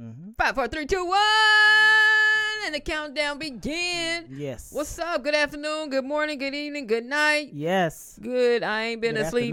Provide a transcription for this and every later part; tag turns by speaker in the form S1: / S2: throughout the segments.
S1: Mm-hmm.
S2: Five, four, three, two, one, and the countdown begin.
S1: Yes.
S2: What's up? Good afternoon. Good morning. Good evening. Good night.
S1: Yes.
S2: Good. I ain't been
S1: Good
S2: asleep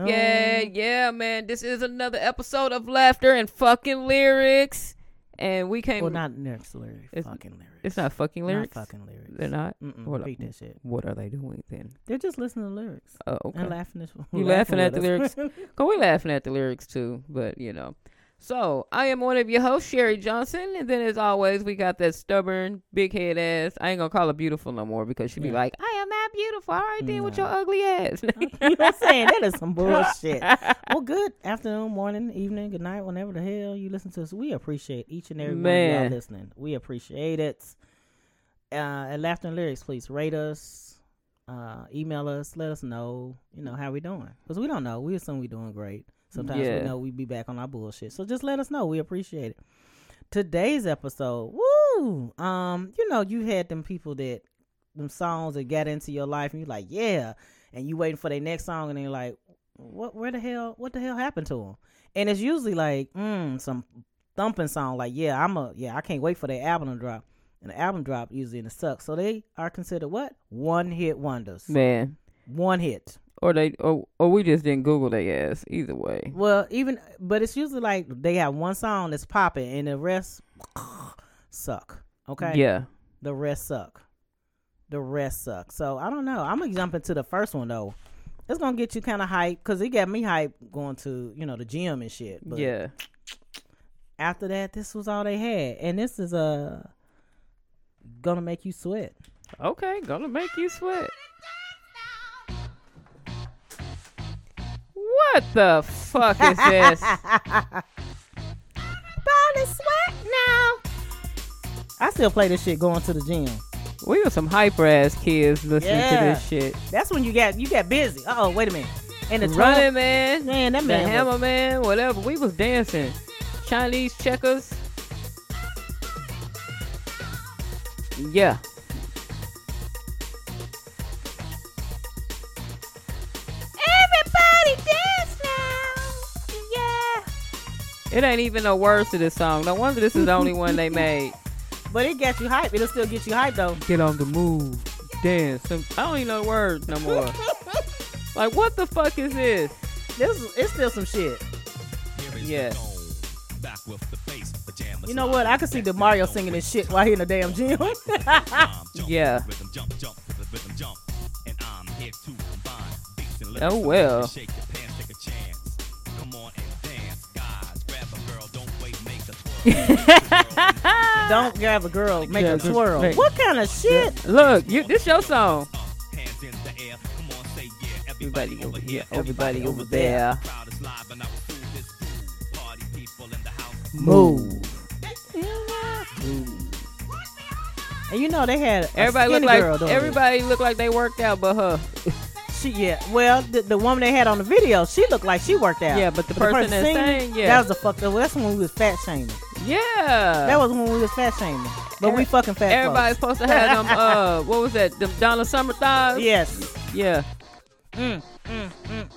S2: yet.
S1: afternoon.
S2: Yeah, man. This is another episode of laughter and fucking lyrics, and we came.
S1: Well, not lyrics, lyrics.
S2: It's-
S1: fucking lyrics.
S2: It's not fucking lyrics.
S1: Not fucking lyrics.
S2: They're not.
S1: Mm-mm,
S2: Hold up.
S1: Read that shit.
S2: What are they doing then?
S1: They're just listening to lyrics
S2: Oh, okay.
S1: and laughing. This
S2: You laughing at the lyrics? Cause we laughing at the lyrics too, but you know. So I am one of your hosts, Sherry Johnson, and then as always, we got that stubborn, big head ass. I ain't gonna call her beautiful no more because she be
S1: Yeah.
S2: like, "I am not beautiful." All right, then, with
S1: No.
S2: your ugly ass.
S1: you know what I'm saying? That is some bullshit. well, good afternoon, morning, evening, good night, whenever the hell you listen to us. We appreciate each and every one of
S2: Man.
S1: y'all listening. We appreciate it. Uh, at Laughter and Lyrics, please rate us, uh, email us, let us know, you know, how we doing. Because we don't know. We assume we doing great. Sometimes
S2: Yeah.
S1: we know we be back on our bullshit. So just let us know. We appreciate it. Today's episode, woo! Um, you know, you had them people that them songs that got into your life and you're like, yeah. And you waiting for their next song and they're like, what where the hell what the hell happened to them? And it's usually like, mm, some thumping song, like, yeah, I'm a yeah, I can't wait for their album to drop. And the album drop usually in the sucks. So they are considered what? One hit wonders.
S2: Man,
S1: One hit.
S2: or they, or, or we just didn't Google their ass. Either way,
S1: Well, even but it's usually like they have one song that's popping and the rest suck. Okay.
S2: yeah,
S1: The rest suck. The rest suck. So I don't know. I'm gonna jump into the first one though. It's gonna get you kind of hype because it got me hype going to you know the gym and shit. But
S2: yeah.
S1: after that, this was all they had, and this is uh gonna make you sweat.
S2: Okay, gonna make you sweat. What the fuck is this?
S1: Body sweat now. I still play this shit going to the gym.
S2: we were some hyper ass kids listening
S1: Yeah.
S2: to this shit.
S1: That's when you got you got busy. Uh oh, wait a minute. And the
S2: Running
S1: tub-
S2: man,
S1: man, that
S2: the
S1: man was-
S2: hammer man, whatever. We was dancing Chinese checkers. Yeah,
S1: Everybody dance now. Yeah.
S2: it ain't even no words to this song. No wonder this is the only one they made.
S1: But it got you hype. It'll still get you hype though.
S2: Get on the move, dance. Some- I don't even know the words no more. like what the fuck is this?
S1: This is- it's still some shit.
S2: Yeah.
S3: Back with the bass, pajamas.
S1: You know what? I can see the Mario singing this shit while he in the damn gym.
S2: Yeah.
S3: Rhythm jump, jump to the rhythm jump. And I'm here to combine beats and
S2: Oh,
S3: lyrics to
S2: well.
S3: make you Shake your pants, take a chance. Come on and dance, guys. Grab a girl, don't wait, make a twirl.
S1: Don't grab a girl, make
S2: Yeah,
S1: her
S2: just
S1: twirl.
S2: make-
S1: What kind of shit?
S2: Look, you, this your song.
S3: Up, hands in the air. Come on, say yeah.
S2: Everybody over here,
S3: everybody over there. Crowd is live and I will do this groove. Party people in the house.
S2: Move.
S1: And you know they had a
S2: Everybody look
S1: skinny
S2: like
S1: girl doing it.
S2: everybody look like they worked out, but her.
S1: She yeah. Well, the, the woman they had on the video, she looked like she worked out.
S2: Yeah, but the person that sang, yeah.
S1: that was the fuck. Well, that's when we was fat shaming.
S2: Yeah.
S1: That was when we was fat shaming.
S2: Oh.
S1: But
S2: Every-
S1: we fucking fat.
S2: Everybody's supposed to have them. Uh, what was that? Them Donna Summer thighs.
S1: folks. Yes.
S2: Yeah.
S1: Mm,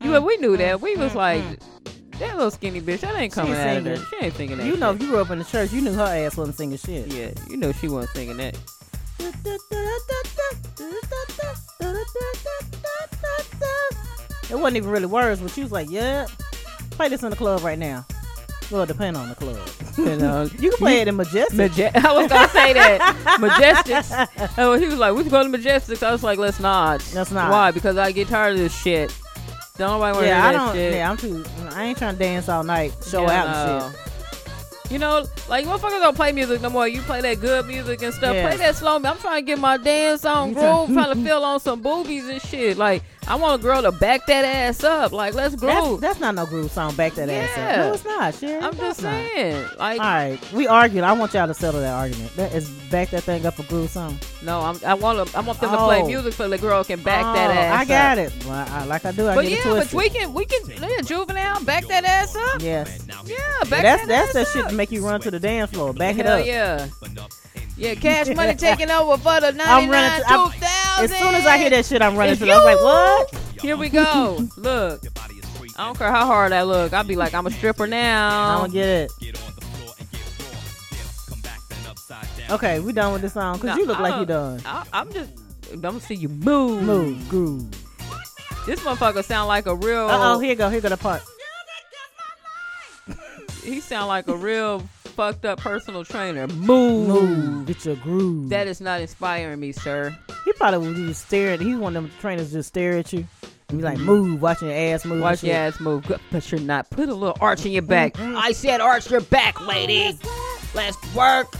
S2: You, but we knew that. We was like, that little skinny bitch. That ain't coming out of there.
S1: mm. singing.
S2: She ain't singing that.
S1: You know,
S2: shit.
S1: if you grew up in the church, you knew her ass wasn't singing shit.
S2: Yeah, you know she wasn't singing that.
S1: It wasn't even really words, but she was like, "Yeah, play this in the club right now." Well, depend on the club.
S2: um, You know,
S1: You can play it in majestic.
S2: Maje- I was gonna say that Majestics. Oh, he was like, "We can go to Majestics." I was like, "Let's not."
S1: Let's not.
S2: Why? Because I get tired of this shit. Don't nobody want to
S1: yeah, I
S2: hear that
S1: don't.
S2: shit.
S1: Yeah, I'm too. I ain't trying to dance all night, show
S2: Yeah,
S1: out and
S2: no.
S1: shit.
S2: You know, like motherfuckers don't play music no more. You play that good music and stuff.
S1: Yes.
S2: Play that slow. mo- I'm trying to get my dance on groove, trying to feel on some boobies and shit. Like I want a girl to back that ass up. Like let's
S1: That's,
S2: groove.
S1: that's not no groove song. Back that ass up.
S2: Yeah.
S1: No, it's not. Sherry.
S2: I'm
S1: That's
S2: just
S1: not.
S2: saying. Like
S1: All right, we argued. I want y'all to settle that argument. That is back that thing up a groove song.
S2: no, I'm, I want to. I want them to play
S1: Oh.
S2: music so the girl can back
S1: oh,
S2: that ass.
S1: I got it. Well, I, like I do. I
S2: But
S1: get
S2: yeah,
S1: it
S2: but
S1: twisted.
S2: we can we can yeah, juvenile back that ass up.
S1: Yes.
S2: Yeah,
S1: Yeah,
S2: back
S1: that's
S2: that
S1: that's
S2: ass
S1: that shit
S2: up.
S1: to make you run to the dance floor. Back it
S2: Hell
S1: up.
S2: yeah. Yeah,
S3: cat.
S2: cash money taking over for the 99
S1: I'm running to- I'm-
S2: 2000.
S1: As soon as I hear that shit, I'm running
S2: If
S1: to. the- I was like,
S2: you-
S1: what?
S2: Here we go. Look, I don't care how hard I look. I'll be like, I'm a stripper
S1: I
S2: now.
S1: don't get it.
S3: Get on the floor and get raw. upside down.
S1: Okay, we done with this song because
S2: No,
S1: you look
S2: I
S1: like you
S2: don't-
S1: done.
S2: uh, I, I'm just. I'm gonna see you move.
S1: Move, groove.
S2: This motherfucker sound like a real.
S1: Uh oh, here go, here go the part.
S2: He sound like a real fucked up personal trainer. Move.
S1: Move, get your groove.
S2: That is not inspiring me, sir.
S1: he probably would just stare at. He's one of them trainers just stare at you and be like, move, watching your ass move. Mm-hmm. and
S2: Watch your
S1: shit.
S2: ass move, Good, but you're not. Put a little arch in your back. I said arch your back, lady. Let's work.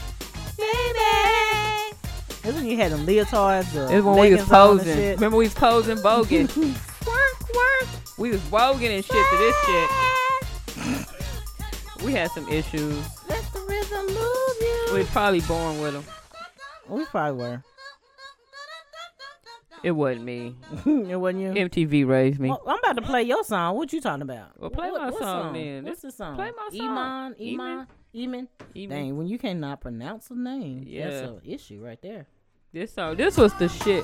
S1: That's when you had them leotards. The
S2: It's when we was
S1: leggings on and
S2: posing.
S1: shit.
S2: Remember we was posing, bogan. work, work. We was bogan and shit to this shit. We had some issues.
S1: Let the rhythm move you.
S2: We was probably born with them.
S1: We probably were.
S2: It wasn't me.
S1: it wasn't you.
S2: MTV raised me.
S1: Well, I'm about to play your song. What you talking about?
S2: Well, play
S1: What-
S2: my
S1: what
S2: song then.
S1: What's the song?
S2: play my song.
S1: Iman,
S2: Iman.
S1: Iman, Iman.
S2: Even
S1: Dang, when you cannot pronounce a name, that's
S2: Yeah.
S1: an issue right there.
S2: This song. This was the shit.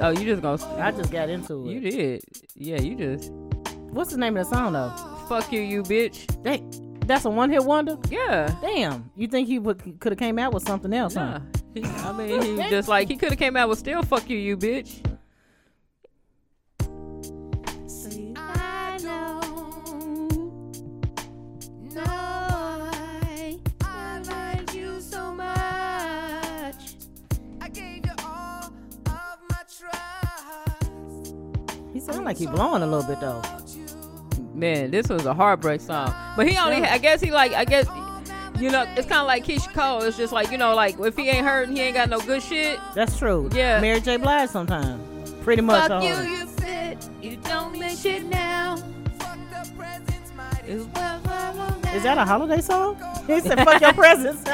S2: Oh, you just gonna.
S1: I just got into it.
S2: You did. Yeah, you just.
S1: What's the name of the song though?
S2: Fuck you, you bitch.
S1: Hey, that's a one hit wonder.
S2: Yeah.
S1: Damn, you think he would could have came out with something else?
S2: Nah.
S1: Huh?
S2: He- I mean, he was just like he could have came out with still "fuck you, you bitch."
S4: I know. No, I, I like you so much. I gave you all of my trust.
S1: He sound like he blowing a little bit though.
S2: Man, this was a heartbreak song. But he only, I guess he like, I guess, you know, it's kind of like Keisha Cole. It's just like you know, like if he ain't hurting, he ain't got no good shit.
S1: That's true.
S2: Yeah.
S1: Mary J. Blige sometimes. Pretty much.
S4: Fuck
S1: all
S4: you,
S1: of it.
S4: you fit. You don't mean shit now. Fuck the presents, might as well.
S1: Is that a holiday song? He said, "Fuck your presents."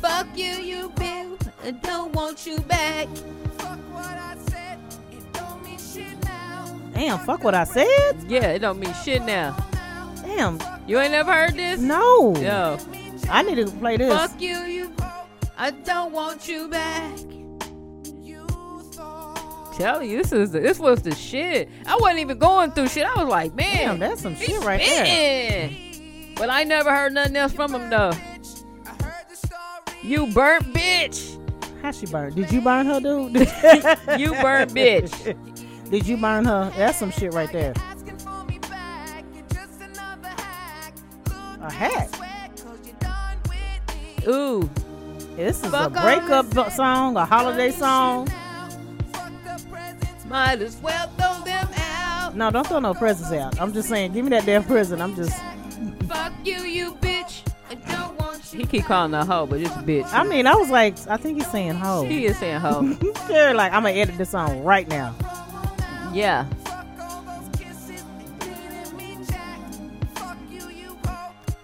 S4: Fuck you, you bitch. I don't want you back. Fuck what I said. It don't mean shit now.
S1: Damn, fuck what I said.
S2: Yeah, it don't mean shit now.
S1: Damn,
S2: You ain't never heard this?
S1: no.
S2: Yo,
S1: I needed to play this.
S4: Fuck you, you. I don't want you back. You thought.
S2: tell you, this is the, this was the shit. I wasn't even going through shit. I was like, man,
S1: Damn, that's some
S2: he
S1: shit right there.
S2: spitting. But I never heard nothing else from him though.
S4: Bitch, I heard the story.
S2: You burnt bitch.
S1: How she burned? Did you burn her, dude?
S2: You burnt bitch.
S1: Did you burn her? That's some shit right there.
S4: Asking for me back. You're just another hack. Look,
S1: A hack.
S4: sweat, cause you're done with me.
S2: Ooh,
S1: This is
S2: Fuck
S1: a
S2: all
S1: breakup
S2: this
S1: bu- song, a holiday song.
S2: might as well throw them out.
S1: No, don't throw no presents out. I'm just saying, give me that damn present. I'm just,
S4: Fuck you, you bitch. I don't want
S2: He keep calling her hoe, but it's bitch.
S1: I mean, I was like, I think he's saying ho.
S2: He is saying hoe.
S1: Sure, like I'm gonna edit this song right now.
S2: yeah.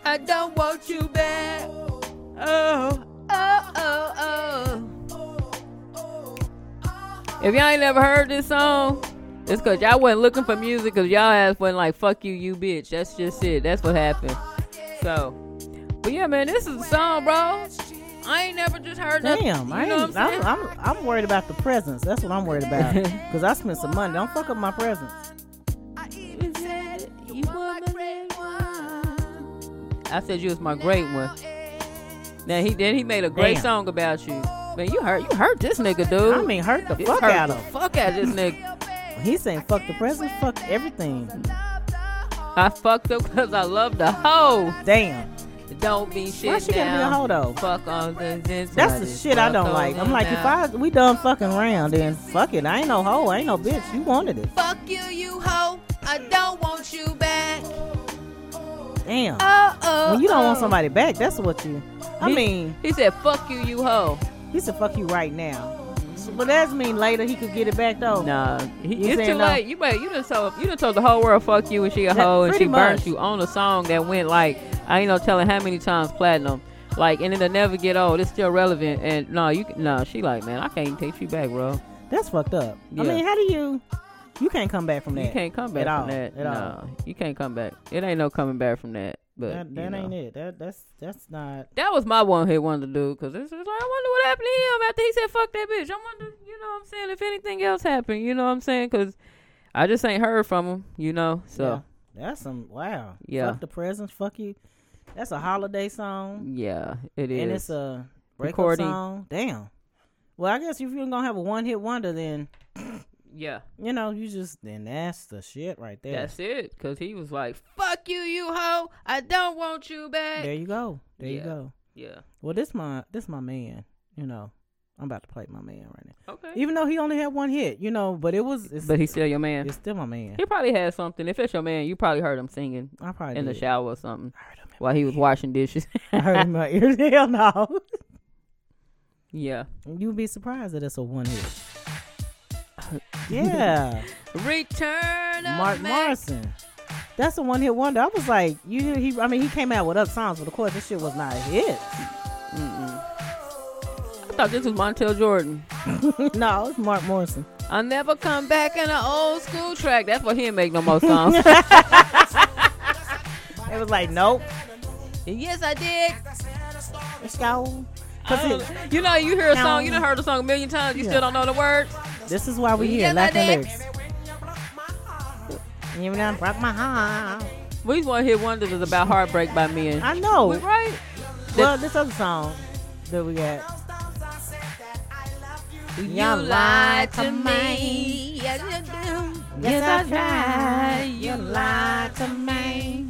S4: I don't want you back.
S2: Oh.
S4: Oh, oh, oh.
S2: If y'all ain't never heard this song, it's cause y'all wasn't looking for music cause y'all ass wasn't like fuck you, you bitch. That's just it. That's what happened. So but yeah, man, this is a song, bro. I ain't never just heard that.
S1: Damn,
S2: you
S1: I
S2: know
S1: ain't,
S2: what I'm
S1: I'm,
S2: saying?
S1: I'm, I'm worried about the presents. That's what I'm worried about. Cause I spent some money. Don't fuck up my presents.
S4: I even said you were my great one.
S2: I said you was my great one. Now he then he made a great
S1: Damn.
S2: song about you. Man, you hurt you hurt this nigga, dude.
S1: I mean, hurt the
S2: This
S1: fuck
S2: hurt
S1: out
S2: the
S1: of. 'em.
S2: fuck out of this nigga.
S1: He's saying fuck the presents, fuck everything.
S2: I fucked up cause I love the hoe.
S1: Damn.
S2: Don't be shit
S1: Why she gotta be a
S2: now.
S1: hoe though?
S2: Fuck all the this.
S1: That's the shit I don't like. I'm like, if I we done fucking around, then fuck it. I ain't no hoe. I ain't no bitch. You wanted it.
S4: Fuck you, you hoe. I don't want you back.
S1: Damn.
S4: Oh, oh.
S1: When you don't want
S4: oh.
S1: somebody back, that's what you. I
S2: He-
S1: mean,
S2: he said, "Fuck you, you hoe."
S1: he said fuck you right now. So- But that mean later he could get it back though.
S2: Nah, he,
S1: You
S2: it's
S1: saying
S2: too
S1: no?
S2: late. You better you done told you done told the whole world fuck you and she a
S1: That-
S2: hoe and she
S1: pretty
S2: burnt
S1: much.
S2: you on a song that went like I ain't no telling how many times platinum. Like and it'll never get old. It's still relevant. And no, you no. She like man, I can't take you back, bro.
S1: That's fucked up.
S2: Yeah.
S1: I mean, how do you? You can't come back from that.
S2: You can't come back
S1: At all.
S2: from that.
S1: At
S2: no,
S1: all.
S2: you can't come back. It ain't no coming back from that. But
S1: That,
S2: you
S1: that
S2: know.
S1: ain't it. That that's that's not.
S2: That was my one hit wonder, dude. Cause it's just like I wonder what happened to him after he said "fuck that bitch." I wonder, you know, what I'm saying if anything else happened. You know what I'm saying? Cause I just ain't heard from him. You know, so
S1: yeah. that's some wow.
S2: Yeah.
S1: Fuck the presents. Fuck you. That's a holiday song.
S2: Yeah, it is.
S1: and it's a breakup
S2: Recording.
S1: song. Damn. Well, I guess if you're gonna have a one hit wonder, then
S2: yeah,
S1: you know you just then that's the shit right there.
S2: that's it. Cause he was like, "Fuck you, you hoe! I don't want you back."
S1: there you go. There you
S2: Yeah.
S1: go.
S2: yeah.
S1: Well, this my this my man. You know, I'm about to play my man right now.
S2: Okay.
S1: Even though he only had one hit, you know, but it was it's,
S2: but he's still your man.
S1: it's still my man.
S2: He probably had something. If it's your man, you probably heard him singing
S1: I probably
S2: in the
S1: did.
S2: shower or something
S1: I heard him. in
S2: while he was washing dishes.
S1: my- I heard him in my ears. Hell no.
S2: yeah.
S1: You'd be surprised that it's a one hit. Yeah.
S2: Return of
S1: Mark
S2: Mac.
S1: Morrison. That's a one hit wonder. I was like, you he I mean he came out with other songs, but of course this shit was not a hit.
S2: I thought this was Montel Jordan.
S1: no, it's Mark Morrison.
S2: I'll never come back in an old school track. That's why he didn't make no more songs.
S1: It was like, nope,
S2: yes, I did.
S1: let's go.
S2: I
S1: Cause
S2: don't-
S1: it-
S2: you know, you hear a song, you
S1: No.
S2: done heard the song a million times, you
S1: Oh. Um, Yeah.
S2: still don't know the words.
S1: this is why we here,
S2: Oh. Yes, I
S1: Latin
S2: did.
S1: lyrics. You know, rock my heart.
S2: We just want to hear wonders is about heartbreak by men.
S1: I
S2: We
S1: know.
S2: right?
S1: Well, this other song that we got.
S2: You lied to me.
S4: Yes, you do.
S2: Yes, I tried. You lied
S1: to me.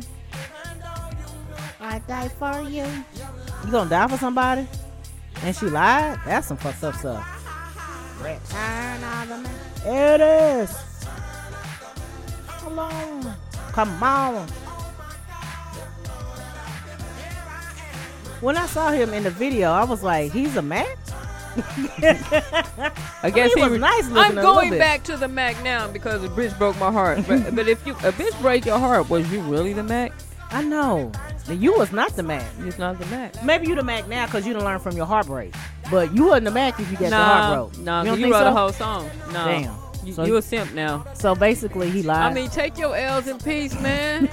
S1: I die for you. You gonna die for somebody? And she lied? That's some fucked up stuff. It is. Come on. Come on. When I saw him in the video, I was like, he's a man?
S2: I guess
S1: he was
S2: re-
S1: nice looking
S2: I'm
S1: a little
S2: going
S1: bit.
S2: back to the Mac now because the bitch broke my heart. But, but if you a bitch break your heart, was you really the Mac?
S1: I know. You was not the man.
S2: It's not the Mac.
S1: Maybe you the Mac now because you done learn from your heartbreak. But you wasn't the Mac if you got your heart broke.
S2: no,
S1: you,
S2: you,
S1: don't think
S2: wrote
S1: so?
S2: a whole song. No,
S1: Damn.
S2: you,
S1: So-
S2: you a simp now.
S1: So basically, he lied.
S2: I mean, take your L's in peace, man.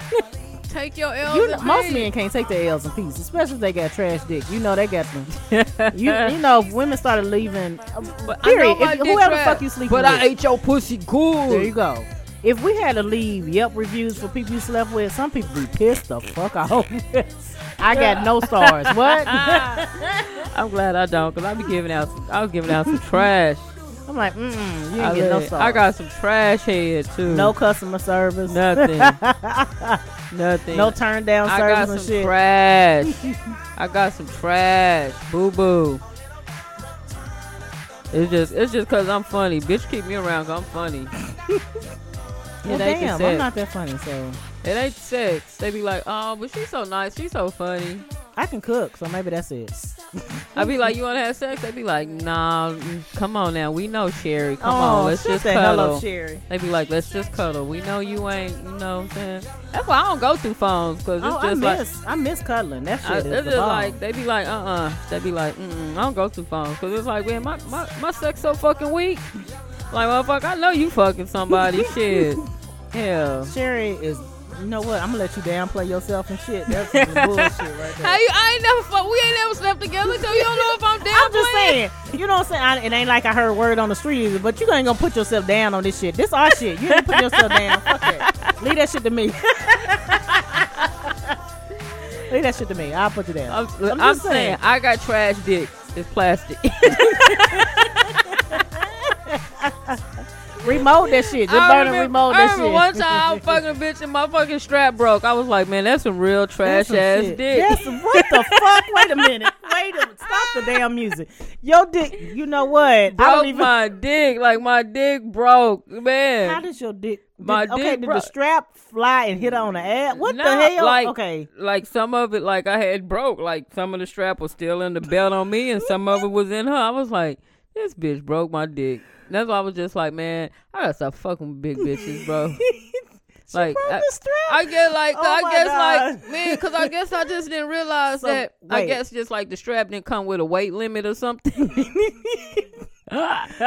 S2: take your L's
S1: you
S2: in
S1: know,
S2: peace.
S1: most men can't take their L's in peace, especially if they got trash dick. You know they got them. You, you know, if women started leaving.
S2: But I know
S1: period.
S2: my
S1: If,
S2: dick
S1: whoever the
S2: rap,
S1: fuck you sleeping
S2: But
S1: with.
S2: I ate your pussy cool.
S1: there you go. If we had to leave Yelp reviews for people you slept with, some people be pissed the fuck off. I got no stars. What?
S2: I'm glad I don't, cause I be giving out. Some, I was giving out some trash.
S1: I'm like, mm, you
S2: I,
S1: ain't get no
S2: let-
S1: stars.
S2: I got some trash head too.
S1: no customer service.
S2: nothing. nothing.
S1: No turn down
S2: I got
S1: service
S2: some
S1: and shit.
S2: trash. I got some trash. Boo boo. It's just, it's just cause I'm funny. Bitch, keep me around i I'm funny.
S1: Well,
S2: it ain't the
S1: damn,
S2: sex.
S1: I'm not that funny, so
S2: It ain't sex. They be like, oh, but she's so nice. She's so funny.
S1: I can cook, so maybe that's it.
S2: I be like, you want to have sex? They be like, nah. mm, Come on now. We know Sherry. Come
S1: oh,
S2: on, let's
S1: shut
S2: just
S1: the hell
S2: cuddle.
S1: up, Sherry.
S2: They be like, let's just cuddle. We know you ain't, you know what I'm saying? That's why I don't go through phones because it's
S1: Oh, I
S2: just like,
S1: miss, I miss cuddling. That shit
S2: I,
S1: is
S2: it's
S1: the
S2: just
S1: bomb.
S2: like, they be like, uh uh They be like, mm I don't go through phones because it's like, man, my, my, my sex so fucking weak. Like, motherfucker, I know you fucking somebody. Shit. Hell.
S1: Sherry is. You know what? I'm gonna let you downplay yourself and shit. That's some bullshit right
S2: How
S1: there.
S2: you, I ain't never fuck. We ain't never slept together, so you don't know if I'm down.
S1: I'm just saying, you know what I'm saying? I, it ain't like I heard word on the street either, but you ain't gonna put yourself down on this shit. This our shit. You ain't put yourself down. Fuck that. Leave that shit to me. Leave that shit to me. I'll put you down.
S2: I'm,
S1: I'm
S2: I'm
S1: just
S2: saying.
S1: saying.
S2: I got trash dick. It's plastic.
S1: Remote that shit. Just
S2: I
S1: burn
S2: remember,
S1: and remote
S2: I
S1: that
S2: remember
S1: shit.
S2: one time I was fucking a bitch and my fucking strap broke. I was like, man, that's some real trash
S1: some
S2: ass
S1: shit.
S2: dick.
S1: That's some- what the fuck? Wait a minute. Wait a Stop the damn music. Yo, dick. You know what? I
S2: broke
S1: don't even.
S2: my dick. Like my dick broke, man.
S1: How does your dick? did-
S2: My
S1: okay,
S2: dick
S1: did
S2: bro-
S1: the strap fly and hit her on the ass? What the
S2: No,
S1: hell?
S2: Like,
S1: okay,
S2: Like some of it, like I had broke. Like some of the strap was still in the belt on me, and some of it was in her. I was like, this bitch broke my dick. That's why I was just like, man, I gotta stop fucking with big bitches, bro. like
S1: broke
S2: I,
S1: the strap.
S2: I guess like
S1: Oh
S2: I
S1: my
S2: guess like
S1: God.
S2: man, because I guess I just didn't realize
S1: So,
S2: that. I
S1: wait.
S2: guess just like the strap didn't come with a weight limit or something.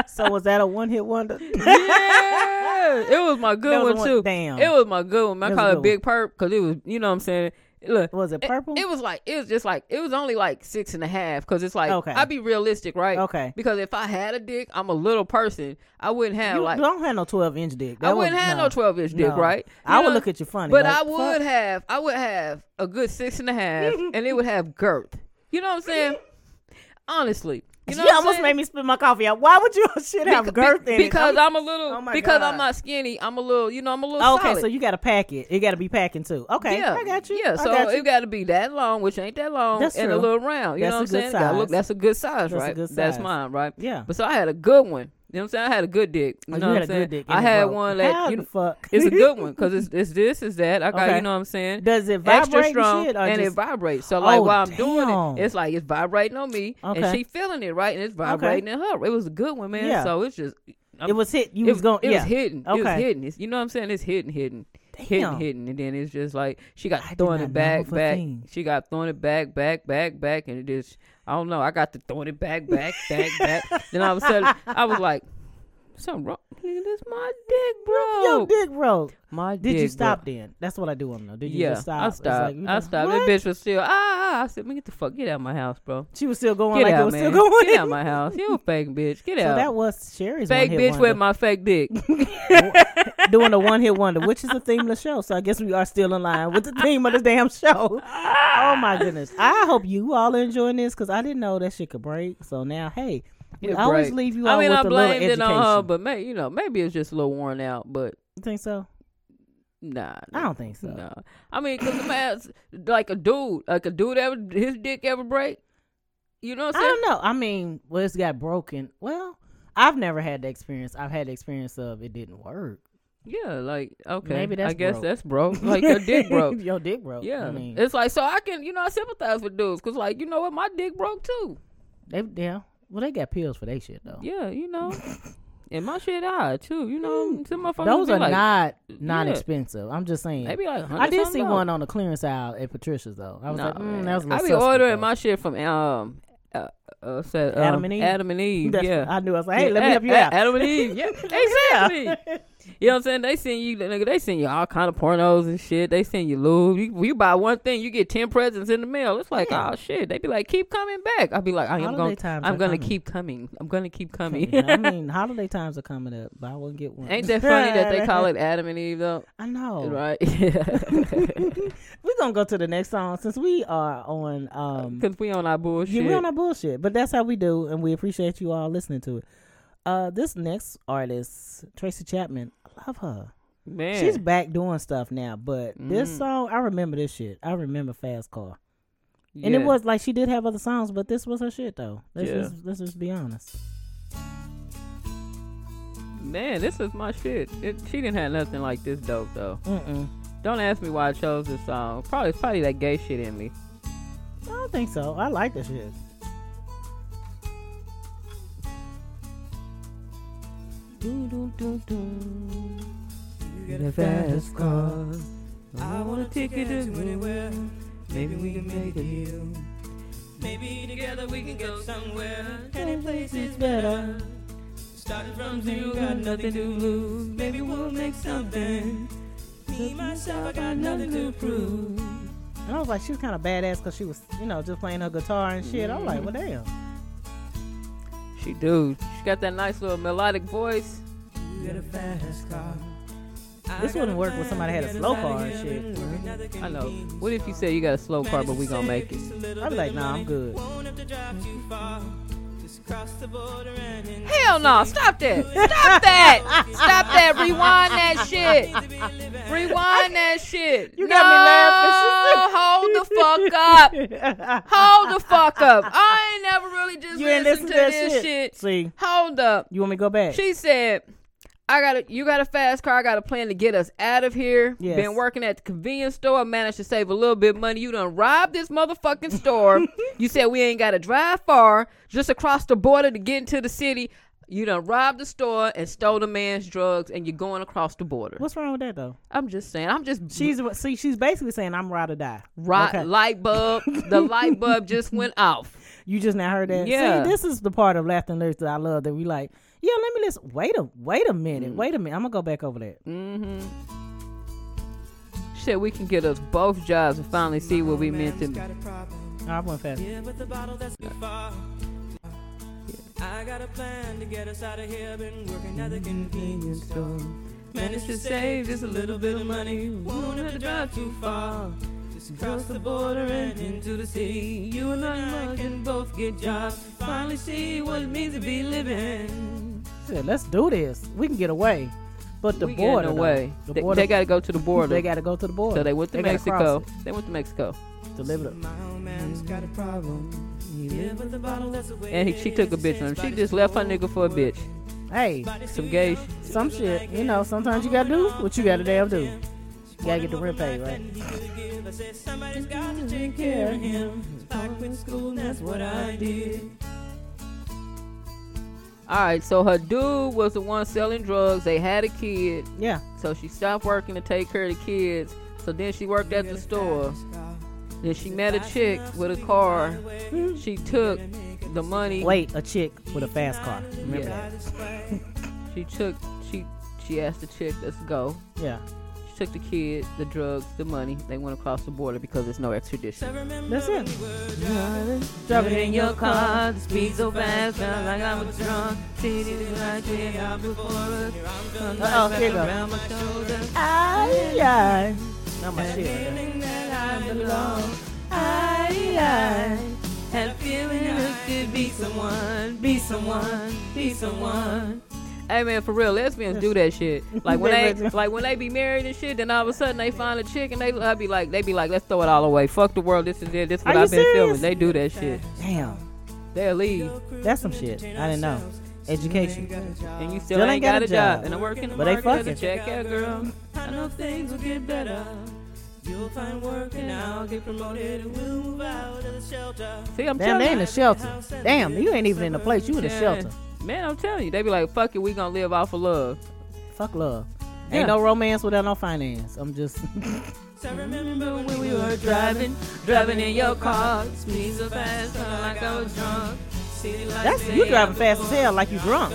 S1: so was that a one hit wonder?
S2: yeah, it was my good one,
S1: That was the one-
S2: too.
S1: damn.
S2: it was my good one. I
S1: That was
S2: call
S1: a
S2: it
S1: good
S2: Big Perp because it was, you know, what I'm saying Look,
S1: Was it purple?
S2: It was like it was just like it was only like six and a half because it's like
S1: Okay.
S2: I'd be realistic, right?
S1: Okay.
S2: Because if I had a dick, I'm a little person. I wouldn't have
S1: you
S2: like
S1: don't have no twelve inch dick.
S2: I wouldn't have no twelve inch dick,
S1: no.
S2: right?
S1: I would
S2: know?
S1: look at you funny,
S2: but
S1: like,
S2: I would
S1: fuck.
S2: have I would have a good six and a half, and it would have girth. You know what I'm saying? Honestly, you know
S1: she
S2: what I'm
S1: almost
S2: saying?
S1: made me spit my coffee out. Why would you shit have
S2: Beca-
S1: girth
S2: be-
S1: in it?
S2: because
S1: I'm-
S2: I'm a little
S1: Oh my
S2: because
S1: God.
S2: I'm not skinny. I'm a little you know I'm a little
S1: Oh, okay,
S2: solid.
S1: so you got to pack it. It got to be packing too. Okay,
S2: yeah,
S1: I got you.
S2: Yeah,
S1: I
S2: so
S1: got you.
S2: it got to be that long, which ain't that long,
S1: That's
S2: and a
S1: true.
S2: little round. You
S1: That's
S2: know what
S1: a
S2: I'm
S1: good
S2: saying? Gotta Look,
S1: size.
S2: that's a good size,
S1: That's a
S2: right?
S1: good
S2: That's
S1: size.
S2: mine, right?
S1: Yeah.
S2: But so I had a good one. You know what I'm saying? I had a good dick. You
S1: Oh,
S2: know
S1: you
S2: what I'm
S1: had a
S2: saying?
S1: good dick. and
S2: I
S1: it
S2: had
S1: broke.
S2: one that
S1: How
S2: you
S1: the
S2: know,
S1: fuck?
S2: it's a good one because it's it's this, it's that. I got
S1: Okay.
S2: you know what I'm saying.
S1: Does it vibrate
S2: Extra
S1: and
S2: strong
S1: shit, or
S2: and it
S1: just-
S2: vibrates. So like
S1: Oh,
S2: while I'm doing
S1: damn.
S2: it, it's like it's vibrating on me
S1: Okay.
S2: and she feeling it right and it's vibrating in her. It was a good one, man.
S1: Yeah.
S2: So it's just I'm-
S1: It was hit. You
S2: it
S1: was going.
S2: It
S1: yeah.
S2: was hidden. It was
S1: Okay.
S2: hidden. It's, you know what I'm saying? It's hidden, hidden,
S1: Damn.
S2: hidden, hidden, and then it's just like she got
S1: I did
S2: throwing
S1: not
S2: it
S1: know
S2: back,
S1: of a
S2: back.
S1: thing.
S2: She got throwing it back, back, back, back, and it just I don't know. I got to throwing it back, back, back, back. Then all of a sudden, I was like, "Something wrong? Nigga, this my dick, bro.
S1: Yo, dick broke.
S2: my
S1: Did
S2: dick,
S1: you
S2: bro."
S1: stop then? That's what I do want to know. Did you
S2: yeah,
S1: just stop?
S2: I
S1: It's
S2: stopped.
S1: like, you
S2: I
S1: know,
S2: stopped.
S1: what?
S2: That bitch was still ah, ah. I said, "Man, get the fuck, get out of my house, bro.
S1: She was still going
S2: Get
S1: like it
S2: out,
S1: was
S2: man.
S1: still going.
S2: Get out of my house. You a fake bitch. Get
S1: so
S2: out.
S1: that was Sherry's
S2: fake
S1: one
S2: bitch
S1: hit
S2: with my fake dick.
S1: my doing a one hit wonder, which is the theme of the show. So I guess we are still in line with the theme of the damn show. Oh my goodness! I hope you all are enjoying this because I didn't know that shit could break. So now, hey, we
S2: It
S1: always
S2: break.
S1: leave you
S2: I
S1: all
S2: mean,
S1: with
S2: I
S1: a little
S2: blamed
S1: education.
S2: it on her, but may, you know, maybe it's just a little worn out. But
S1: you think so?
S2: nah,
S1: I don't think so.
S2: Nah. I mean, cause the man's like a dude, like a dude ever his dick ever break. You know what
S1: I
S2: I'm saying?
S1: don't know. I mean, well, it's got broken. Well, I've never had the experience. I've had the experience of it didn't work.
S2: Yeah, like okay,
S1: Maybe
S2: I
S1: that's
S2: guess
S1: broke.
S2: that's broke. Like your dick broke.
S1: your dick broke.
S2: Yeah,
S1: I mean,
S2: it's like so I can you know I sympathize with dudes because like you know what my dick broke too.
S1: they yeah. Well, they got pills for that shit though.
S2: Yeah, you know, and my shit high too. You know, some motherfuckers
S1: Hmm. Those
S2: be
S1: are
S2: like,
S1: not not
S2: yeah.
S1: expensive. I'm just saying.
S2: They be like
S1: I did
S2: $100
S1: see
S2: something
S1: one on the clearance aisle at Patricia's though. I was
S2: No,
S1: like, mm,
S2: man.
S1: that was a
S2: I
S1: little
S2: be
S1: suspect,
S2: ordering
S1: though.
S2: my shit from um, uh, uh, said, um,
S1: Adam and Eve?
S2: Adam and Eve,
S1: That's-
S2: yeah.
S1: I knew. I was like, hey,
S2: Yeah,
S1: let me
S2: A-
S1: help you
S2: A-
S1: out.
S2: Adam and Eve, yeah, exactly. You know what I'm saying? They send you, nigga. They send you all kind of pornos and shit. They send you lube. You, you buy one thing, you get ten presents in the mail. It's like,
S1: Yeah.
S2: oh shit. They be like, keep coming back. I be like, I am
S1: Holiday
S2: going.
S1: times
S2: I'm
S1: are
S2: going to
S1: coming.
S2: keep coming. I'm going to keep coming.
S1: I mean, holiday times are coming up, but I will get one.
S2: Ain't that funny that they call it Adam and Eve though?
S1: I know.
S2: Right?
S1: We're gonna go to the next song since we are on um
S2: Because we on our bullshit.
S1: Yeah, we on our bullshit, but that's how we do, and we appreciate you all listening to it. Uh, this next artist, Tracy Chapman, I love her.
S2: Man,
S1: She's back doing stuff now, but
S2: Mm-hmm.
S1: this song, I remember this shit. I remember Fast Car, and it
S2: yeah.
S1: was like she did have other songs, but this was her shit though. Let's
S2: Yeah.
S1: just let's just be honest.
S2: Man, this is my shit. It, she didn't have nothing like this dope though.
S1: Mm-mm.
S2: Don't ask me why I chose this song. Probably, it's probably that gay shit in me.
S1: I don't think so. I like this shit.
S2: Do, do, do, do. You got a fast car. I want a ticket to anywhere. Maybe we can make a deal.
S5: Maybe together we can go somewhere.
S1: Any place is better.
S5: Starting from zero, got nothing to lose. Maybe we'll make something. Me, myself, I got nothing to prove.
S1: And I was like, she was kind of badass because she was, you know, just playing her guitar and shit. I'm like, well, damn.
S2: She do. She got that nice little melodic voice.
S5: You got a fast car.
S1: This wouldn't work when somebody had a slow car and shit.
S2: I know. What if you say you got a slow car, but we gonna make it?
S1: I'd be like, nah, I'm good.
S5: Won't have to drive too far. Just cross the border and in.
S2: Hell no! Stop that! Stop that! Stop that! Rewind that shit! Rewind that shit!
S1: You got me laughing.
S2: No, Hold the fuck up! Hold the fuck up. I ain't never really just
S1: you ain't
S2: listened to
S1: listen to that
S2: this
S1: shit.
S2: shit.
S1: See,
S2: Hold up.
S1: you want me to go back?
S2: She said, I got to you got a fast car, I got a plan to get us out of here.
S1: Yes.
S2: Been working at the convenience store, managed to save a little bit of money. You done robbed this motherfucking store. you said we ain't gotta drive far, just across the border to get into the city. You done robbed the store and stole the man's drugs and you're going across the border.
S1: What's wrong with that though?
S2: I'm just saying, I'm just
S1: She's see, she's basically saying I'm ride or die.
S2: right
S1: Okay.
S2: light bulb. the light bulb just went off.
S1: You just now heard that.
S2: Yeah.
S1: See, this is the part of laughing lyrics that I love. That we like. Yeah, let me listen.
S2: Mm.
S1: Wait a wait a minute. Wait a minute. I'm gonna go back over that.
S2: Mm-hmm. She said we can get us both jobs and finally see what we meant to be. Mm.
S1: I went fast.
S5: Yeah, but the bottle that's too far. I got a plan to get us out of here. Been working at the convenience store. Managed to save just a little bit of money. Won't have to drive too far. Just cross the border and into the city. You and I can both get jobs. Finally see what it means to be living.
S1: Shit, let's do this. We can get away. But the
S2: we
S1: border.
S2: getting
S1: though,
S2: away.
S1: The
S2: they,
S1: border.
S2: got to go to the border.
S1: they gotta go to the border.
S2: so they went to
S1: gotta
S2: Mexico.
S1: cross
S2: They went to Mexico,
S1: it to live it up.
S5: My old man's got a problem. Yeah, but the bottle that's away.
S2: and he, she took a bitch on him. She just left her nigga for a bitch.
S1: Hey,
S2: Some gay. sh-
S1: some shit. You know, sometimes you gotta do what you gotta damn do. You gotta get the rent paid, right?
S5: he could give. I said, somebody's got to take care of him. So I quit school, and that's what I did.
S2: All right, so her dude was the one selling drugs. They had a kid,
S1: Yeah.
S2: so she stopped working to take care of the kids. So then she worked at the store. Then she met a chick with a car. She took the money.
S1: Wait, a chick with a fast car. Remember
S2: Yeah. She took she she asked the chick, let's go.
S1: that? Yeah.
S2: She took the kid, the drugs, the money. They went across the border because there's no extradition.
S1: That's it.
S2: Drop it in your car, the speed so fast, felt like I was drunk. City lights went out before us.
S1: Uh oh, here you go.
S2: Around my shoulders,
S1: Ay, ay. Not my shit.
S2: that I belong. I, I had a feeling I could be someone, be someone, be someone. Hey man, for real, lesbians do that shit. Like when they,
S1: They really do.
S2: like when they be married and shit, then all of a sudden they find a chick and they, I be like, they be like, let's throw it all away. Fuck the world. This is it. This is what
S1: Are you
S2: I've been feeling.
S1: serious?
S2: They do that shit.
S1: Damn.
S2: They'll leave,
S1: That's some shit. I didn't know. Education.
S2: and you
S1: Um,
S2: still, ain't got, a job. And I'm working the
S1: But they
S2: market as a
S1: fucking.
S2: check out girl.
S5: I know things will get better. You'll find work and I'll get promoted and we'll move out of the shelter.
S2: See, I'm
S1: Damn,
S2: telling
S1: they
S2: you.
S1: in the shelter. Damn, you ain't even in the place. You in the
S2: Yeah.
S1: shelter.
S2: Man, I'm telling you, they be like, fuck it, we gonna live off of love.
S1: Fuck love.
S2: Yeah.
S1: Ain't no romance without no finance. I'm just.
S5: So I remember when we were driving, driving in your car. Speed so fast, felt like I was drunk. City lights
S1: That's
S5: day
S1: you driving
S5: out
S1: fast as
S5: before
S1: hell, like you drunk.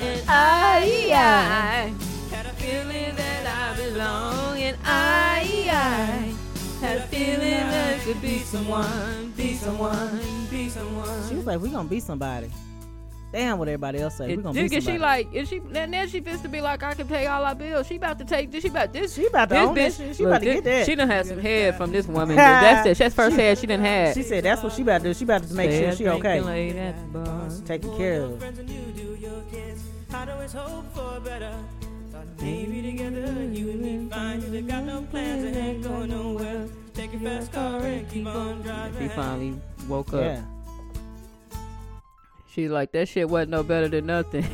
S5: And
S2: I, I
S5: had a feeling that I belong. And
S2: I, I
S5: had a feeling that I could be someone, be someone, be someone.
S1: She was like, "We gonna be somebody." Damn, what everybody else say? We gonna be
S2: Did
S1: somebody.
S2: she like? Is she? And then she fits to be like, I can pay all our bills. She about to take. She about this.
S1: She about to
S2: this
S1: own that shit. She
S2: look,
S1: about to
S2: this-
S1: get that.
S2: She done had some head from this woman. but that's it. That's first head she done had.
S1: she said, "That's what she about to do. She about to make sure she
S2: Drinking
S1: okay,
S2: late at the bar.
S1: taking care of." her.
S5: friends and you do your kids. I'd always hope for better. Thought maybe together you and me find you. Got no plans and ain't going nowhere. Take your fast car and keep on
S2: And
S5: driving.
S2: She finally woke up.
S1: Yeah,
S2: She like that shit wasn't no better than nothing.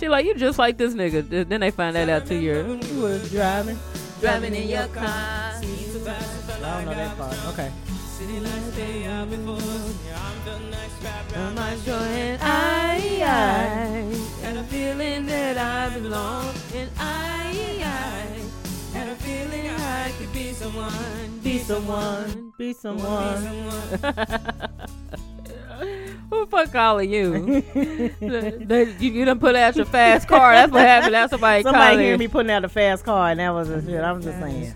S2: she like you just like this nigga. Th- Then they find that out two years.
S1: you was driving.
S2: Driving in your car.
S1: I don't know that part. Okay,
S5: City lights day out before. us. Yeah, I'm feeling nice, right, right.
S2: My joy and I, I had a feeling that I belong.
S5: And I, E I had a feeling I could be someone, be someone,
S1: be someone.
S5: someone.
S2: Who the fuck calling you? They- you, you done put out your fast car. That's what happened. That's somebody,
S1: Somebody
S2: calling.
S1: hear me putting out a fast car, and that was the shit. I'm just saying.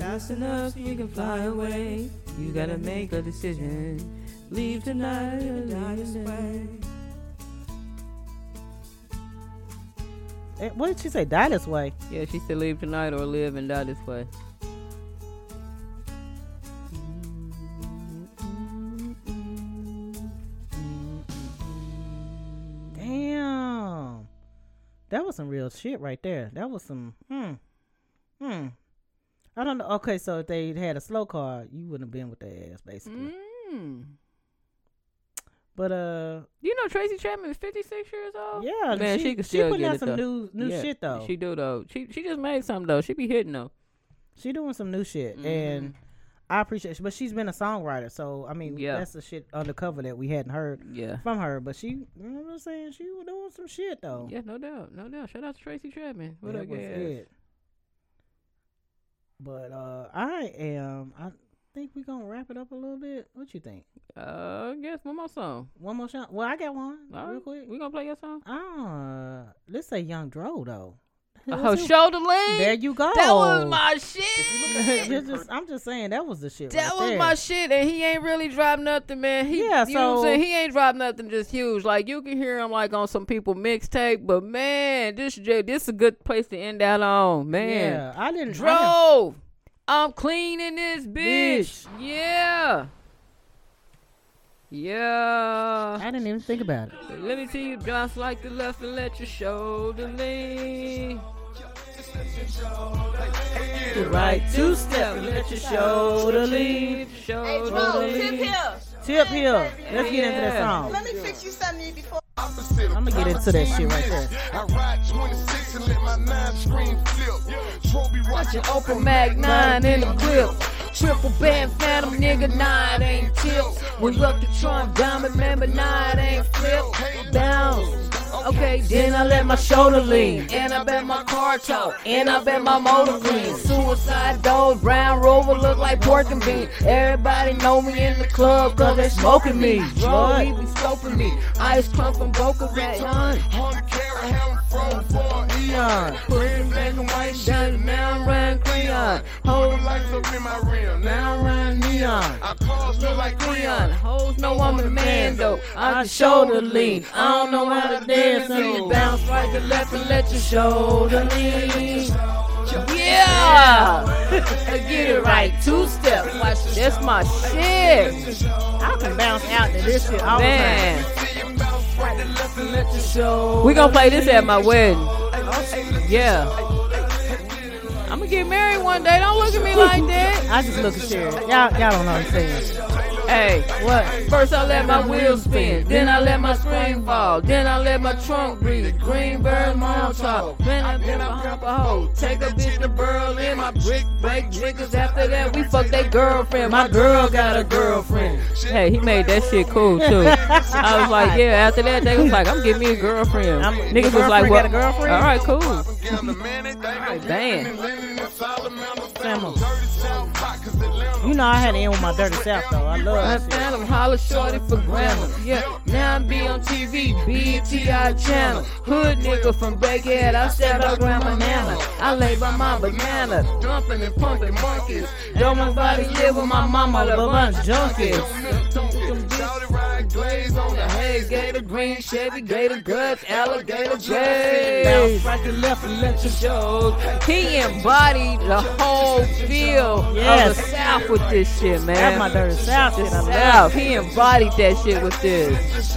S5: Fast enough, you can fly away. You gotta make a decision. Leave tonight or die this way.
S1: Eh, What did she say? Die this way.
S2: Yeah, she said leave tonight or live and die this way.
S1: Damn, that was some real shit right there. That was some. Hmm. Hmm. I don't know. Okay, so if they had a slow car, you wouldn't have been with their ass, basically.
S2: Mm.
S1: But uh,
S2: You know Tracy Chapman is 56 years old?
S1: yeah,
S2: Man, she
S1: she
S2: could
S1: she
S2: still
S1: putting
S2: get
S1: out
S2: it,
S1: some
S2: though.
S1: new new
S2: Yeah,
S1: shit though.
S2: She
S1: She,
S2: do though. She she just made some though. She be hitting though.
S1: doing some new shit,
S2: Mm-hmm.
S1: and I appreciate. But she's been a songwriter, so I mean,
S2: Yeah.
S1: that's the shit undercover that we hadn't heard
S2: Yeah.
S1: from her. But she, you know what I'm saying, she was doing some shit though.
S2: Yeah, no doubt. No doubt. Shout out to Tracy Chapman. What
S1: that
S2: up,
S1: was
S2: guys?
S1: it. But uh, I am. I think we're gonna wrap it up a little bit. What you think?
S2: Uh, I guess one more song.
S1: One more shot. Well, I got one
S2: All
S1: real
S2: right.
S1: quick. Ah,
S2: We gonna play your song?
S1: Uh, let's say Young Dro though.
S2: Oh, shoulder lean.
S1: There you go.
S2: That was my
S1: It's
S2: shit.
S1: just- I'm just saying that was the shit.
S2: That
S1: right
S2: was
S1: there.
S2: my shit, and he ain't really dropped nothing, man. He,
S1: Yeah,
S2: you know what I'm
S1: so-
S2: saying? He ain't dropped nothing just huge. Like you can hear him like on some people mixtape, but man, this J- this is a good place to end that on, man.
S1: Yeah, I didn't. I
S2: Drove. I'm cleaning this bitch.
S1: Bitch.
S2: Yeah. Yeah.
S1: didn't, I didn't even think about it.
S2: Let me see you bounce like the left and let your shoulder lean.
S1: Right, two step, let your shoulder lean.
S2: Shoulder
S6: Bro, tip
S2: lean.
S6: here.
S1: Tip hill. Let's get into that
S2: Yeah.
S1: song.
S6: Let me fix you something before.
S1: I'm gonna get into that shit right there.
S7: I ride 26 and let my nine screen flip. Trophy watching
S2: Open Mac 9 in the clip. Triple band phantom nigga 9 ain't tilt. We look to Trump diamond member 9 ain't flip. Bounce. Okay, then I let my shoulder lean. And I bet my car tow. And I bet my motor clean. Suicide dog, brown rover look like pork and bean. Everybody know me in the club cause they smoking me. Bro, he be scoping me. Ice crump from Boca Raton.
S1: Leon.
S2: Red, black, and white shirt. Now I'm riding Creon. Whole
S7: lights up in my rim. Now
S2: Now I'm riding neon.
S7: I cars look like
S2: Creon.
S7: Creon.
S2: Hoes know I'm a man though. I just shoulder lean. I don't know how to dance. I need to bounce right to left and let your shoulder lean. Yeah! Get it right. Two step. Watch this. That's my shit.
S1: I can bounce out to this shit all
S2: Man.
S1: the time. Show.
S2: We gonna play this at my wedding. Yeah. I'm gonna get married one day. Don't look at me like that.
S1: I just look at shit. Y'all, y'all don't understand.
S2: Hey, what? First I let my wheels spin, then I let my spring fall, then I let my trunk breathe. Greenberg Montauk, then I then I hump a hoe, take a bitch to Berlin, my brick break niggas. After that we fuck they girlfriend. My girl got a girlfriend. Hey, he made that shit cool too. I was like, yeah. After that they was like, I'm getting me a girlfriend.
S1: I'm-
S2: Niggas
S1: your
S2: was like,
S1: girlfriend
S2: what?
S1: got a girlfriend?
S2: All right, cool.
S7: Damn.
S2: Damn.
S1: You know I had to end with my dirty south though. I
S2: I
S1: love that shit.
S2: found him holler shorty for grammar. Yeah, now I'm be on TV, BTI channel. Hood nigga from Bankhead, I sat up around my nana. I lay by my banana, dumping and pumping monkeys. Don't nobody live with my mama, the bunch junkies. Hey, gator green, Chevy, gator guts, alligator jays. Right to left and let your shows. He embodied the whole feel of
S1: Yes.
S2: the South with this shit, man.
S1: That's my dirty south shit. I love.
S2: South. He embodied that shit with this.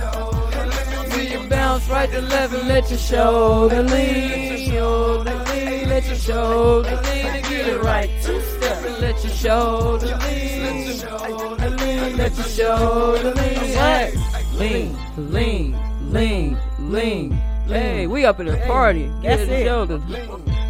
S2: See you bounce right to left and let your shoulder lean. Shoulder lean, let your shoulder lean and get it right. Two step and let your shoulder lean. Shoulder lean, let your shoulder lean. Hey. Lean, lean, lean, lean. Hey, we up in the party.
S1: That's
S2: Get the
S1: it.
S2: shoulders.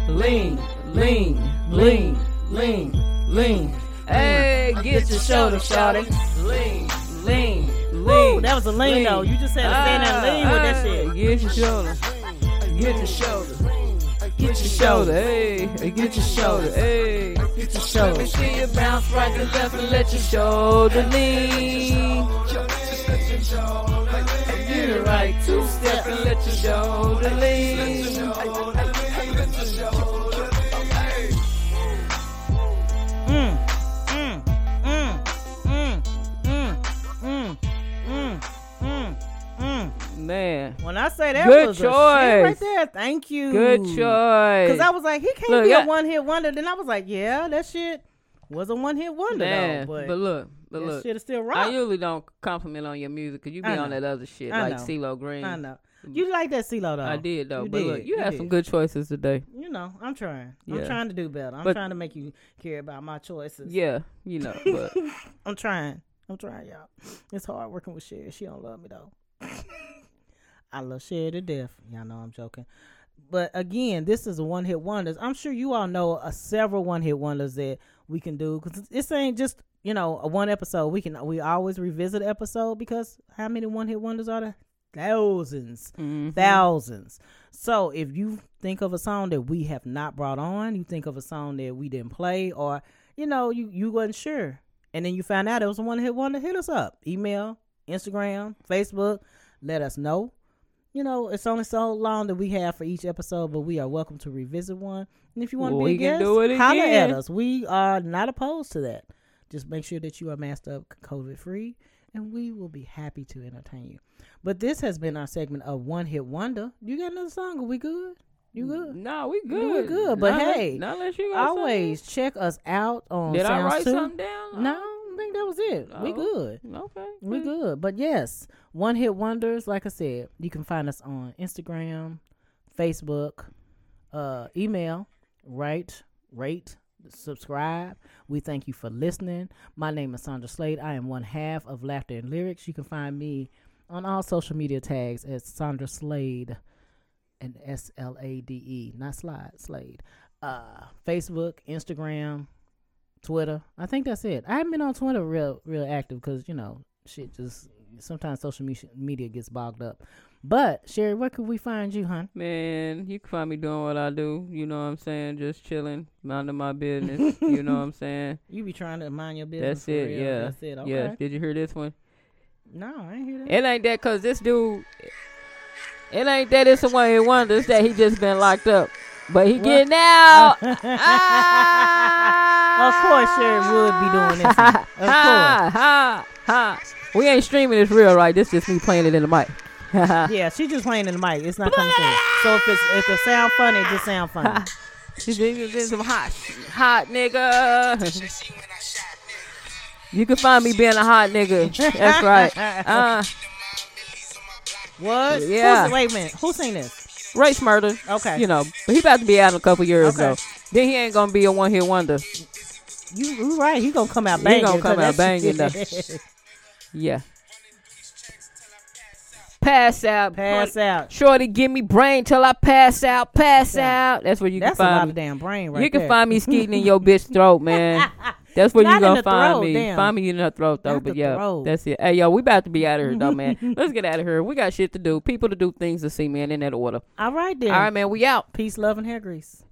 S2: Lean, lean, lean, lean, lean. Hey, get your shoulder shouting. Lean, lean, lean. Ah,
S1: Ooh, that was a lean, though. You just had to stand there and lean with that shit.
S2: Get your shoulder. Get your shoulder. Get your shoulder, hey. Get your shoulder, hey. Get your shoulder. Let me see you bounce right to left and let your shoulder lean. Get it right, two step and let your shoulder lean.
S1: Mm, mm, mm, mm, mm, mm, mm, mm, mm.
S2: Man,
S1: When I say that
S2: Good
S1: was a shit right
S2: choice.
S1: there, thank you.
S2: good choice.
S1: Cause I was like, he can't
S2: Look,
S1: be
S2: I-
S1: a one hit wonder. Then I was like, yeah, that shit was a one hit wonder
S2: Man,
S1: though.
S2: but,
S1: But,
S2: look, but
S1: that
S2: look.
S1: shit is still
S2: I
S1: rock.
S2: usually don't compliment on your music because you be
S1: I
S2: on
S1: know.
S2: that other shit
S1: I
S2: like
S1: know.
S2: CeeLo Green.
S1: I know. You like that CeeLo though.
S2: I did though,
S1: You
S2: but look,
S1: did,
S2: you, had
S1: did.
S2: some good choices today.
S1: You know, I'm trying.
S2: Yeah.
S1: I'm trying to do better. I'm
S2: But-
S1: trying to make you care about my choices.
S2: Yeah, you know, but
S1: I'm trying. I'm trying, y'all. It's hard working with Sherry. She don't love me though. I love Sherry to death. Y'all know I'm joking. But again, this is a one hit wonders. I'm sure you all know uh, several one hit wonders that we can do because this ain't just you know a one episode. We can we always revisit episode because how many one hit wonders are there? Thousands,
S2: mm-hmm.
S1: thousands. So if you think of a song that we have not brought on, you think of a song that we didn't play, or you know you you wasn't sure, and then you found out it was a one hit wonder, hit us up, email, Instagram, Facebook, let us know you know, it's only so long that we have for each episode, but we are welcome to revisit one. And if you want to be
S2: We
S1: a
S2: can
S1: guest,
S2: do it
S1: holler at
S2: again.
S1: us. We are not opposed to that. Just make sure that you are masked up, COVID free, and we will be happy to entertain you. But this has been our segment of One Hit Wonder. You got another song? Are we good? You good?
S2: No, we good.
S1: We good, but
S2: Not unless-
S1: hey,
S2: not unless you Mm, got something.
S1: Always check us out on
S2: Did I
S1: Sounds
S2: write
S1: Too.
S2: something down?
S1: No, I don't think that was it. We
S2: Oh.
S1: good.
S2: Okay.
S1: We
S2: good.
S1: good. But yes, One Hit Wonders, like I said, you can find us on Instagram, Facebook, uh, email, write, rate, subscribe. We thank you for listening. My name is Sandra Slade. I am one half of Laughter and Lyrics. You can find me on all social media tags as Sandra Slade and S L A D E, not Slide, Slade. Uh, Facebook, Instagram, Twitter. I think that's it. I haven't been on Twitter real real active because you know shit just sometimes social media media gets bogged up. But Sherry, where could we find you, hon?
S2: Man, you can find me doing what I do. You know what I'm saying? Just chilling, minding my business. you know what I'm saying?
S1: You be trying to mind your business.
S2: That's
S1: for
S2: it.
S1: real.
S2: Yeah.
S1: That's it. Okay.
S2: Yeah. Did you hear this one?
S1: No, I ain't hear that.
S2: It ain't that because this dude, it ain't that it's a one hit wonder. It's that he just been locked up. But he getting out. Ah.
S1: of course, Sherry would be doing this. one. Of
S2: ha, ha, ha. We ain't streaming this real, right? This just me playing it in the mic.
S1: course. Yeah, she just playing in the mic. It's not coming through. So if it's if it sound funny, it just sound funny.
S2: This is some hot, hot nigga. You can find me being a hot nigga. That's right. Uh,
S1: What?
S2: Yeah.
S1: Who's, wait a minute. Who sing this?
S2: race murder.
S1: Okay.
S2: You know, but he about to be out in a couple years
S1: Okay.
S2: though. Then he ain't gonna be a one hit wonder.
S1: You, you right. He gonna come out
S2: He
S1: banging.
S2: gonna come
S1: 'cause
S2: out
S1: that's-
S2: banging, Yeah. Pass out.
S1: Pass out.
S2: Shorty, give me brain till I pass out. Pass out. That's where you
S1: That's a
S2: can find
S1: lot
S2: me.
S1: of damn brain right
S2: you can
S1: there.
S2: find me skeeting in your bitch throat, man. That's where
S1: Not
S2: you
S1: in
S2: gonna
S1: the
S2: find
S1: throat,
S2: me.
S1: damn.
S2: Find me in her throat though.
S1: Not
S2: but
S1: the
S2: yeah,
S1: throat.
S2: that's it. Hey yo, we about to be out of here though, man. Let's get out of here. We got shit to do. People to do things to see, man. In that order.
S1: All right then.
S2: All right, man. We out.
S1: Peace, love, and hair grease.